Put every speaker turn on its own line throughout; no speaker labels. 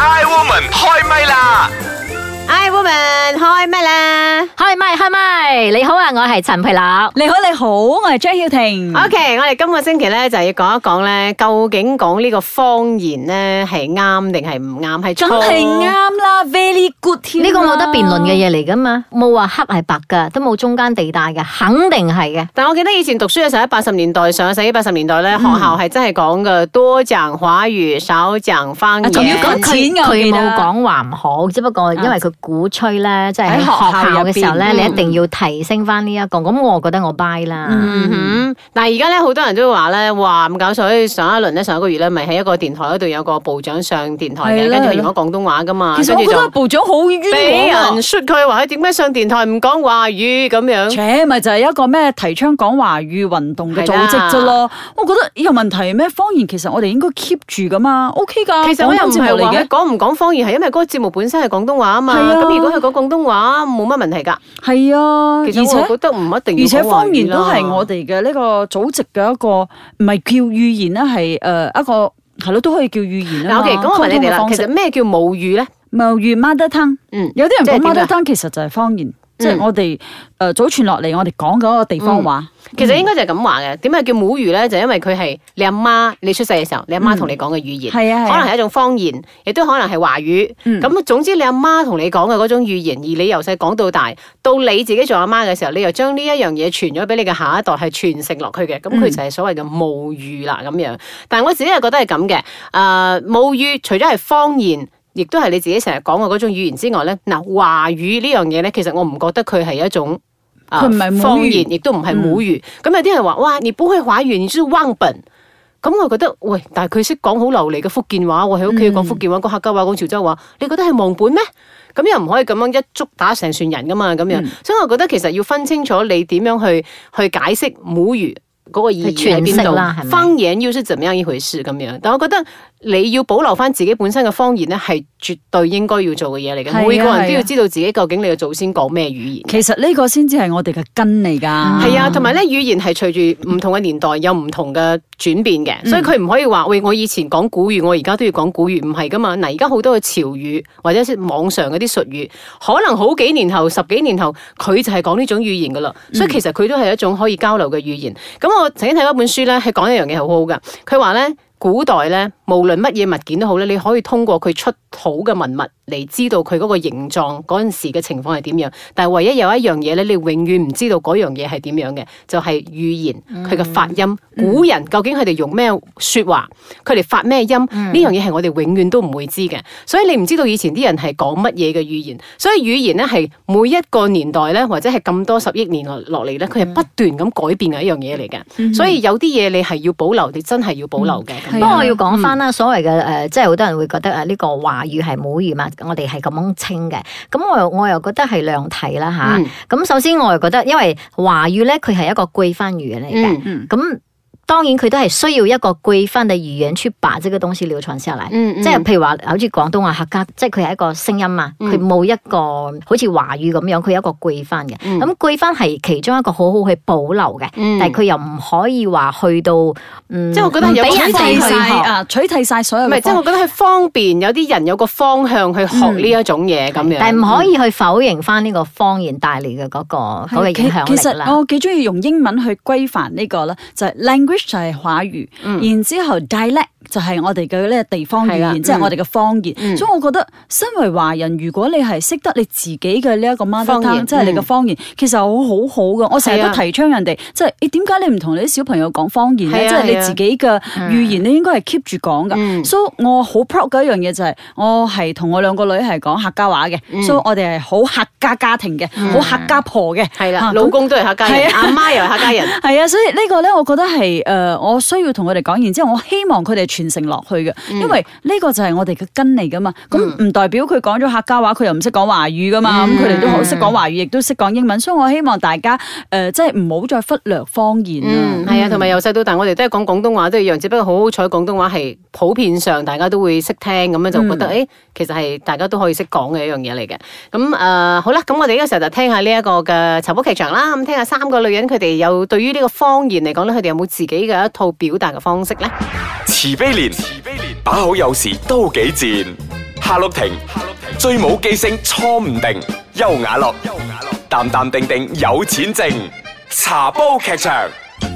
I Woman 開唛啦！
I woman 開唛啦
開咪開咪，你好啊，我係陳佩樂。
你好，你好，我係張曉婷。
？OK，我哋今個星期咧就要講一講咧，究竟講呢個方言咧係啱定係唔啱，係錯
梗係啊啱啦，very good 添啦。
呢個冇得辯論嘅嘢嚟噶嘛，冇話黑係白噶，都冇中間地帶嘅，肯定係嘅。
但我記得以前讀書嘅時候，喺八十年代上個世紀八十年代
嗯
咧，學校係真係講嘅多講華語，少講方
啊仲要
言
講。
佢
錢㗎我
佢
記得
冇講話唔好，只不過因為佢鼓吹咧，即係喺
喺
學
學
校嘅
校入
時候咧，
邊
你一定要提升翻呢一個。咁我覺得我 buy 啦。
嗯哼，但係而家咧，好多人都會話咧，哇咁搞笑！上一輪咧，上一個月咧，咪喺一個電台嗰度有個部長上電台嘅，
係啦
跟住佢
係啦
用咗廣東話噶嘛，
其實
跟
我
住
覺得
就
部長好
俾
冤枉
人
啊。
說佢話佢點解上電台唔講華語咁樣。
且咪就係一個咩提倡講華語運動嘅組織啫咯，我覺得有問題咩？方言其實我哋應該 keep 住噶嘛，OK 噶。
其實我又唔
啊廣東節
係
目
話
嚟
佢
嘅，
講唔講方言，係因為嗰個節目本身係廣東話啊嘛。
係啊
咁如果佢講廣東話冇乜問題㗎。
係啊，而
其實我
且
覺得唔一定要
而且
講華語啦
方言都係我哋嘅呢個組織嘅一個唔係叫語言啦，係誒一個係咯，都可以叫語言
嗱
啊嘛。
，OK，咁我問你哋
溝
啦，
通嘅
其
方式
實咩叫母語咧？
母語 mother tongue。
嗯，
有啲人講
即係
mother
點嗯㗎
tongue 其實就係方言，即係我哋誒祖傳落嚟，我哋講嗰個地方話。
其實應該就係咁話嘅。點解叫母語咧？就因為佢係你阿媽，你出世嘅時候，你阿媽同你講嘅語言，
係啊係啊
嗯可能係一種方言，亦都可能係華語。
嗯
咁總之你阿媽同你講嘅嗰種語言，而你由細講到大，到你自己做阿媽嘅時候，你又將呢一樣嘢傳咗俾你嘅下一代，係傳承落去嘅。咁
嗯
佢就係所謂嘅母語啦，咁樣。但係我自己係覺得係咁嘅。誒、啊母語除咗係方言。亦都係你自己成日講嘅嗰種語言之外咧，嗱華語呢樣嘢咧，其實我唔覺得佢係一種啊
佢唔係母語
方言，亦都唔係
嗯
母語。咁、有啲人話：哇，你不會華語，你就是忘本。咁我覺得，喂，但係佢識講好流利嘅福建話喎，喺屋企講福建話、講客家話、講潮州話，你覺得係忘本咩？咁又唔可以咁樣一竹打成船人噶嘛，咁樣。
嗯
所以我覺得其實要分清楚你點樣去去解釋母語嗰個意義喺
去詮
邊
釋啦係
度，
咪
方言要是怎麼樣一回事咁樣。但我覺得你要保留翻自己本身嘅方言咧，係絕對應該要做嘅嘢嚟
係啊
嘅。每個人都
係
要
啊
知道自己究竟你嘅祖先講咩語言。
其實呢個先至係我哋嘅根嚟㗎。
係啊，同埋咧語言係隨住唔同嘅年代有唔同嘅轉變嘅，所以佢唔可以話喂，我以前講古語，我而家都要講古語，唔係噶嘛。嗱，而家好多嘅潮語或者係網上嗰啲術語，可能好幾年後、十幾年後，佢就係講呢種語言噶啦。所以其實佢都係一種可以交流嘅語言。咁我曾經睇過一本書咧，係講一樣嘢好好噶，佢話咧。古代咧，無論乜嘢物件都好咧，你可以通過佢出土嘅文物嚟知道佢嗰個形狀嗰陣時嘅情況係點樣。但係唯一有一樣嘢咧，你永遠唔知道嗰樣嘢係點樣嘅，就係、語言
嗯
佢嘅發音。古人究竟佢哋用咩説話，佢哋發咩音，呢、
嗯
樣嘢係我哋永遠都唔會知嘅。所以你唔知道以前啲人係講乜嘢嘅語言，所以語言咧係每一個年代咧，或者係咁多十億年落落嚟咧，佢係
嗯
不斷咁改變嘅一樣嘢嚟嘅。
嗯
所以有啲嘢你係要保留，你真係要保留嘅。咁樣
不
係啊
過我要講翻啦，所謂嘅誒，即係好多人會覺得誒呢個華語係母語嘛，我哋係咁樣稱嘅。咁我又我又覺得係兩體啦吓。
嗯
咁首先我又覺得，因為華語咧，佢係一個規範語言嚟嘅。
嗯
咁當然佢都係需要一個規範的語言去把這個東西流傳下來。
嗯，
即係譬如話，啊好似廣東話客家，即係佢係一個聲音嘛，
嗯
佢冇一個好似華語咁樣，佢有一個規範嘅。
嗯
咁規範係其中一個好好去保留嘅，
嗯
但係佢又唔可以話去到嗯，
即係我覺得有
唔俾人
取
哋
替
去
晒
學。
啊，取替晒所有
唔係，
嘅
即係
方
我覺得佢方便，有啲人有個方向去學呢一種嘢咁樣，
嗯但係唔可以去否認翻呢個方言帶嚟嘅嗰個
哦啊
嗰個
係
影響
其
力
其實
啦。
我幾中意用英文去規範呢個啦，就係 language 就係華語，然之後 dialect 就係我哋嘅呢個地方語
嗯係啦
言，即係
嗯
我哋嘅方言。
嗯
所以我覺得身為華人，如果你係識得你自己嘅呢一個 mother
方言
tongue，即係你嘅
嗯
方言，其實好好好嘅。我成日
係
都
啊
提倡人哋，即係你點解你唔同你啲小朋友講方言
係啊
咧？即係
係
你
啊
自己嘅語言，你應該係 keep 住講㗎。
嗯。
所以我好 proud 嘅一樣嘢就係、我係同我兩個女係講客家話嘅，
嗯
所以我哋係好客家家庭嘅，好、客家婆嘅，
係啦，
嚇
老。公都啊係客家人，
係啊
阿媽又係客家人。
系啊，所以呢個咧，我覺得係诶、呃我需要同佢哋講，然之后我希望佢哋傳承落去嘅，
嗯
因為呢個就係我哋嘅根嚟噶嘛。咁唔代表佢講咗客家話，佢又唔識講華語噶
嗯
嘛。咁佢哋都好識講華語，亦都識講英文，所以我希望大家诶、呃即係唔好再忽略方 言
嗯，
啦。
係啊，同埋由細到大，我哋都係講廣東話都一樣，只不過好好彩廣東話係普遍上大家都會識聽，咁樣就覺得誒、欸其實係大家都可以識講嘅一樣嘢嚟嘅。咁誒、呃好啦，咁我哋呢個時候就聽下呢一個嘅尋寶劇場啦，咁聽下三個女人佢哋有對於呢個方言嚟講咧，佢哋有冇自己嘅一套表達嘅方式咧？
慈悲蓮，慈悲蓮，把好有時都幾賤。夏綠庭，最冇記性錯唔定，優雅樂，淡淡定定有錢剩，茶煲劇場。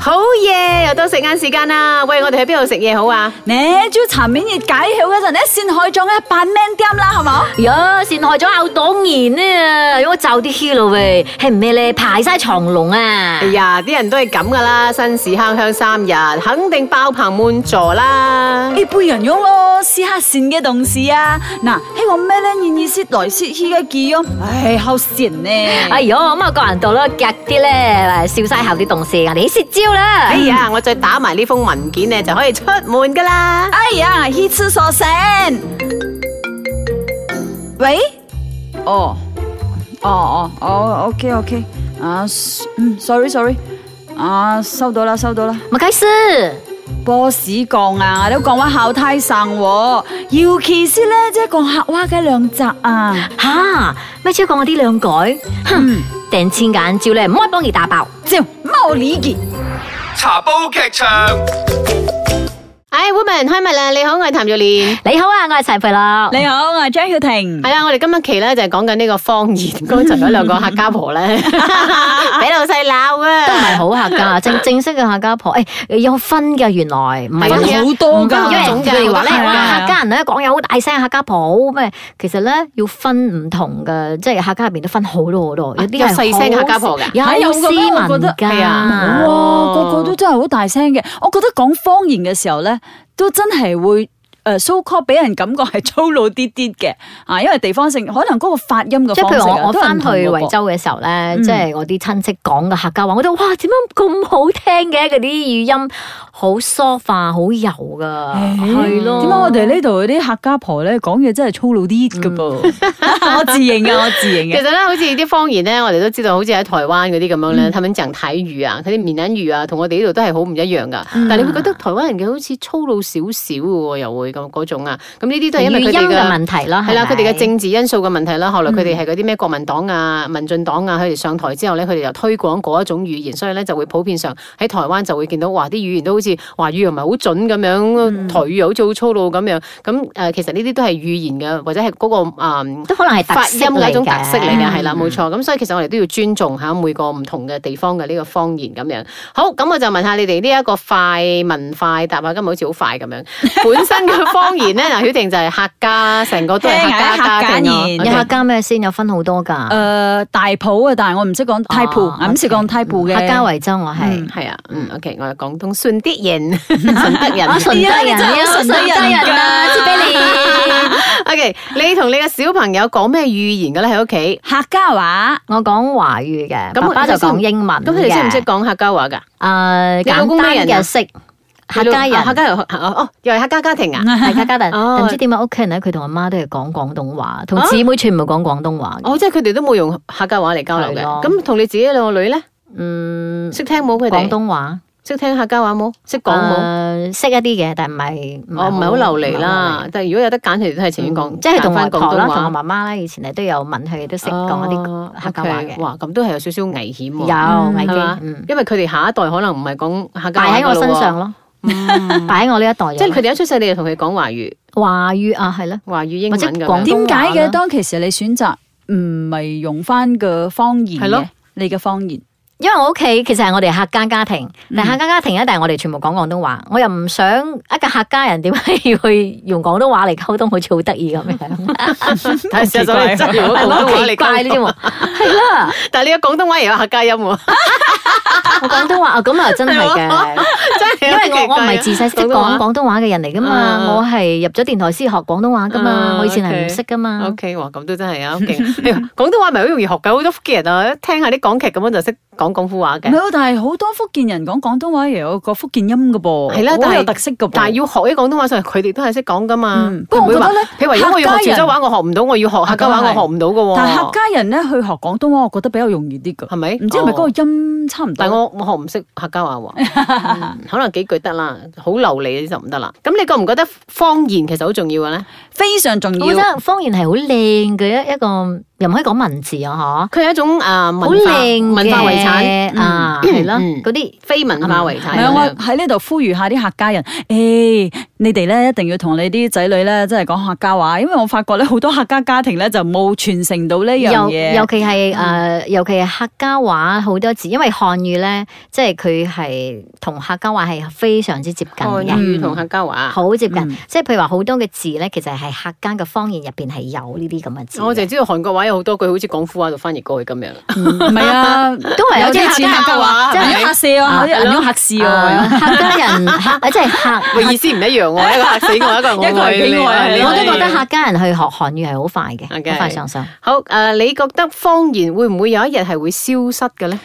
好嘢，又到食晏時間啦！喂，我哋去邊度食嘢好啊？
你朝茶面熱解曉嗰陣咧，先可以裝一扮 man 啲啦，係冇？
呀，善害咗牛黨然啊！如果就啲 h e 喂，係唔咩咧？排晒長龍啊！
哎呀，啲人都係咁噶啦，新市坑鄉三日，肯定爆棚滿座啦。
你背人用咯，試下善嘅動詞啊！嗱，喺我咩咧？願意先來先依家叫咯，唉，好善呢！
哎呦，咁啊個人度咯，夾啲咧，笑晒後啲同事，人哋啲舌招啦
哎。呀，我再打埋呢封文件咧，就可以出門噶啦。
哎呀，去廁所先。喂？哦，哦哦哦，OK OK，啊，嗯，sorry sorry，啊，收到啦收到啦。
咪解釋，
波士講啊，都講話考太生喎，尤其是咧，即係講客話嘅兩集啊，
吓咩超過我啲兩改？
嗯
哼，掟千眼招咧，唔可以幫佢打爆。
照貓理傑。
茶煲劇場。
哎，woman 開唛啦！你好，我係譚玉蓮。
你好啊，我係陳佩樂。
你好，我係張曉
係。
婷
啦，啊我哋今一期咧就係講緊呢個方言。剛才嗰兩個客家婆咧， 俾老細鬧
都唔
啊！
係好客家，正正式嘅客家婆，誒、有分嘅原來，唔係
分嘅
好多㗎
因為
種嘅
譬如話咧，
係啊
哇客家人咧講嘢好大聲，客家婆咩？其實咧要分唔同嘅，即係客家入邊都分好多好多，有啲
有
係
細聲
好
客家婆㗎
嚇
有
有
有
嘅
斯
咩我覺
文
得
係啊
㗎。
哇，個個都真係好大聲嘅。我覺得講方言嘅時候咧，都真係會。誒 so call 俾人感覺係粗魯啲啲嘅，啊，因為地方性可能嗰個發音嘅
即係
方
譬
式
如
啊
我我
都係
翻
唔
去
同嘅
惠
噃
州嘅時候
嗯
咧，即係我啲親戚講嘅客家話，我覺得哇點解咁好聽嘅嗰啲語音好 soft 啊，好柔㗎，係咯。
點解我哋呢度嗰啲客家婆咧講嘢真係粗魯啲嘅噃？ 我自認啊，我自認
其
嘅
實。咧，好似啲方言咧，我哋都知道，好似喺台灣嗰啲咁樣咧，他們講台語啊，佢啲閩南語啊，同我哋呢度都係好唔一樣噶。但係你會覺得台灣人嘅好似粗魯少少嘅喎，又會咁嗰種啊。咁呢啲都係因為
語
佢
音
哋嘅
嘅問題啦，
係啦，
咪嗯
佢哋嘅政治因素嘅問題啦，後來佢哋係嗰啲咩國民黨啊、民進黨啊，佢哋上台之後咧，佢哋又推廣嗰一種語言，所以咧就會普遍上喺台灣就會見到，哇！啲語言都好似華語又唔係好準咁樣，
嗯
台語又好似好粗魯咁樣。咁誒、呃其實呢啲都係語言嘅，或者係嗰、個、嗯
都可能係特
發
色
音嘅一種特色嚟嘅，
嘅嗯
係啦，冇錯。咁所以其實我哋都要尊重下每個唔同嘅地方嘅呢個方言咁樣。好，咁我就問下你哋呢一個快問快答啊，今日好似好快咁 樣。本身嘅方言咧，嗱，曉婷就係客家，成個都係客家家庭啊
聽
有
下
，OK
客家咩先？有分好多㗎。
誒大埔啊，但係我唔識講太埔，
哦
我唔識講太埔嘅。
客家惠州我係
嗯。
係啊，嗯，OK，我係廣東順德 人，順德人
我。順德人
哎呀你真係好
順德
順德人
啊，
㗎
接俾你。
OK，你同你嘅小朋友講咩語言嘅咧？喺屋企，
客家話
我講華語嘅，
咁
爸爸就講英文
咁佢哋識唔識
嘅？
講客家話㗎？
誒，
你老公
簡
咩
單
人啊
嘅識客家
啊客
人。
家人哦，又係客家家庭啊？
係客家人，
哦
但唔知點解屋企人咧，佢同阿媽都係講廣東話，同
啊
姊妹全部講廣東話嘅。
哦，即係佢哋都冇用客家話嚟交流嘅。
係咯
咁同你自己兩個女咧，
嗯，
識聽冇佢哋？
廣東話
識聽客家話冇？識講冇？
誒識一啲嘅，但唔係
我唔係好流利啦，但係如果有得揀，佢哋都係情願講，
嗯即係同
翻
外
廣
婆
東
啦，
話
同我媽媽啦，以前咧都有問佢哋都識講一
哦
啲客家話
OK，
嘅，
哇，咁都係有少少危險喎。
有危
係嘛
機，嗯，
因為佢哋下一代可能唔係講客家話
擺喺我
㗎咯
身
喎
上，咯，擺喺我呢一代人，
即係佢哋一出世，你就同佢講華語、
華語啊，係咯，
華語英
或
文
者
咁
廣
樣。
東
點解
話啦
嘅？當其時你選擇唔係用翻個方言
係
嘅
咯，
你嘅方言
因為我屋企其實係我哋客家家庭，但係客家家庭咧，但係我哋全部講廣東話，我又唔想一個客家人點解要去用廣東話嚟溝通，好似好得意咁樣，
但係事實上你 真係用廣東話
好
嚟
奇怪呢
講，
啲喎，係啦，
但係你嘅廣東話又有客家音喎，
我廣東話啊，咁啊真係嘅。
真係
因
有
為我
奇
我
怪
唔
啊
係自細識
廣東話
講廣東話嘅人嚟噶嘛，
啊
我係入咗電台先學廣東話噶嘛
啊，
我以前係
OK
唔識噶嘛
嗯
O。K，哇，咁都真係啊，好 勁！哎呀廣東話咪好容易學㗎，好多福建人啊，一聽下啲港劇咁樣就識講廣府話
唔係
嘅。
喎，但係好多福建人講廣東話又有個福建音嘅噃，
係啦但
好
係
有特色嘅噃。
但係要學啲廣東話上嚟，佢哋都係識講噶嘛
嗯。
佢唔會
不過
話
我覺得呢
譬如話如果我要學潮州話，我學唔到；我要學客家話，
啊咁係
我學唔到噶
但係客
喎。
家人咧去學廣東話，我覺得比較容易啲㗎。
係咪？
唔知係咪嗰
哦？
個音差唔多？
但我我學唔識客家話 喎，嗯可能幾句得啦，好流利就唔得啦。咁你覺唔覺得方言其實好重要嘅咧？
非常重
我覺
要。
得方言係好靚嘅一一個，又唔可以講文字啊，嗬。
佢係一種啊文
好
化
靚嘅
文化遺產產
嘢啊，係咯，
嗯
嗰啲
非文化遺產
係啊，我喺呢度呼籲下啲客家人，誒、你哋咧一定要同你啲仔女咧，真係講客家話，因為我發覺咧好多客家家庭咧就冇傳承到呢樣
尤
嘢
尤。其
嗯
係诶、呃尤其係客家話好多字，因為漢語咧，即係佢係同客家話係非常之接近
漢
嘅，
語同客家話。
好接近。
嗯
即係譬如話好多嘅字咧，其實係客家嘅方言入边係有呢啲咁嘅字嘅。
我淨係知道韓國話有好多句好似廣府話度翻譯過去咁樣。
唔係啊，
都係有啲
似
客家
話
即
真係
係客事啊，有啲客事
啊
啊。
客家 人客即係客，
喂，意思唔一樣 喎，一個嚇死我，一個
一個
我
係啊
愛你
幾愛你
你
我都覺得客家人去學韓語係好快嘅，好
OK
快上手。
好誒、呃你覺得方言會唔會有一日係會消失嘅咧？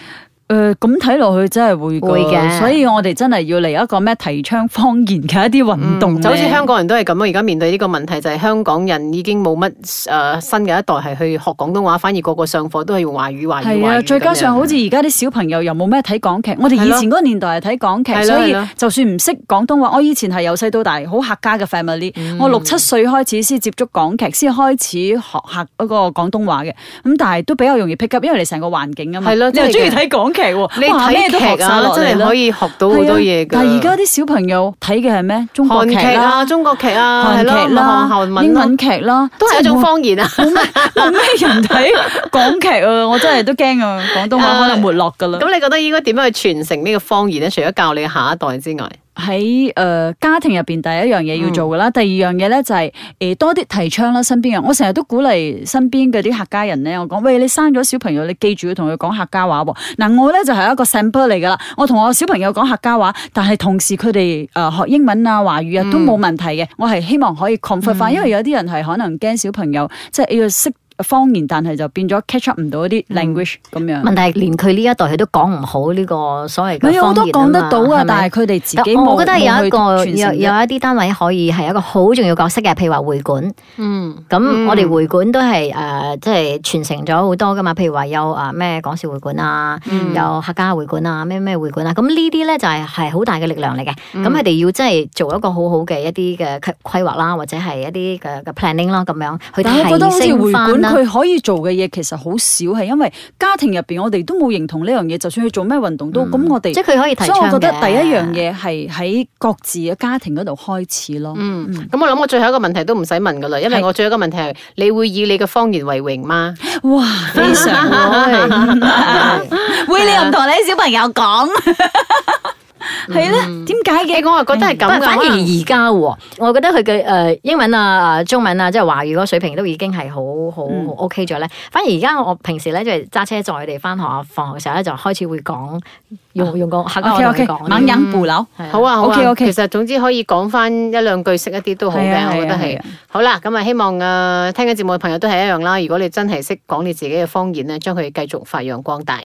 誒咁睇落去真係會㗎
會嘅
所以我哋真係要嚟一個咩提倡方言嘅一啲運動咧，
嗯就好似香港人都係咁啊！而家面對呢個問題就係香港人已經冇乜誒新嘅一代係去學廣東話，反而個個上課都係用華語華語華
係
語咁
啊，
樣
再加上好似而家啲小朋友又冇咩睇港劇，我哋以前嗰個年代係睇港劇
係，咯
所以
係咯
就算唔識廣東話，我以前係由細到大好客家嘅 family，我六七歲開始先接觸港劇，先開始學客嗰個廣東話嘅，咁但係都比較容易 pick up，因為你成個環境啊嘛，
係咯
你又
真係
中意
嘅
睇港劇喎，
你
哇咩都學
睇劇
晒
啊，
落嚟
真係
啦
可以學到好
係啊
多嘢㗎。
但係而家啲小朋友睇嘅係咩？中國
韓
劇
劇
啦
啊、、中國劇啊，係
韓
咯，
劇
咪
啦
學韓、文
英
咯
文劇啦，
都係一種
真
方言啊。
冇咩人睇港劇啊！我真係都驚啊，廣東話可能沒落㗎啦。
咁你覺得應該點樣去傳承呢個方言咧？除咗教你下一代之外，
喺誒、呃家庭入邊，第一樣嘢要做噶
嗯
啦，第二樣嘢咧就係、呃多啲提倡啦，身邊人。我成日都鼓勵身邊嗰啲客家人咧，我講喂，你生咗小朋友，你記住要同佢講客家話喎。嗱、我咧就係、一個 sample 嚟噶啦，我同我小朋友講客家話，但係同時佢哋誒學英文啊、華語
嗯
啊都冇問題嘅。我係希望可以 comfort 翻，因為有啲人係可能驚小朋友即係要識方言，但係就變咗 catch up 唔到
嗯
一啲 language 咁樣。
問題係連佢呢一代佢都講唔好呢個所謂嘅
咪有好多
方言啊
講
嘛
得到啊，
係咪
但係佢哋自
但
己冇
我覺得有一個
冇去傳
有
承
有一啲單位可以係一個好重要角色嘅，譬如話會館。
嗯，
咁我哋會館都係誒、呃即係傳承咗好多噶嘛。譬如話有啊咩港式會館啊，
嗯
有客家會館啊，咩咩會館啊。咁呢啲咧就係係好大嘅力量嚟嘅。
嗯
咁佢哋要真係做一個好好嘅一啲嘅規規劃啦，或者係一啲嘅嘅 planning 啦，咁樣去
但我覺得好
提
似
升
回
翻
管
啦。
佢可以做嘅嘢其實好少，係因為家庭入邊我哋都冇認同呢樣嘢，就算佢做咩運動都咁，我哋
嗯即係佢可以提
所以我
倡
覺得
嘅
第一樣 嘢係喺各自嘅家庭嗰度開始咯。
嗯，咁我諗我最後一個問題都唔使問噶啦，因為
係
我最後一個問題係你會以你嘅方言為榮嗎？
哇，非常會你又唔同你小朋友講，
嗯
係咧？點
誒
解嘅？
我係覺得係咁
但
噶，
反而
可能
而家喎，我覺得佢嘅誒英文啊、呃中文啊，即係華語嗰個水平都已經係好好
嗯
好 OK 咗咧。反而而家我平時咧，即係揸車載佢哋翻學啊、放學嘅時候咧，就開始會講用用個客家
啊 OK
話
OK，
同佢講
猛忍步樓。
係啊
好啊，好啊
OK，OK
其實總之可以講翻一兩句識一啲都好
係
嘅，
啊
我
係啊
覺得
係
係
啊。
好啦，咁啊，希望誒聽緊節目嘅朋友都係一樣啦。如果你真係識講你自己嘅方言咧，將佢繼續發揚光大。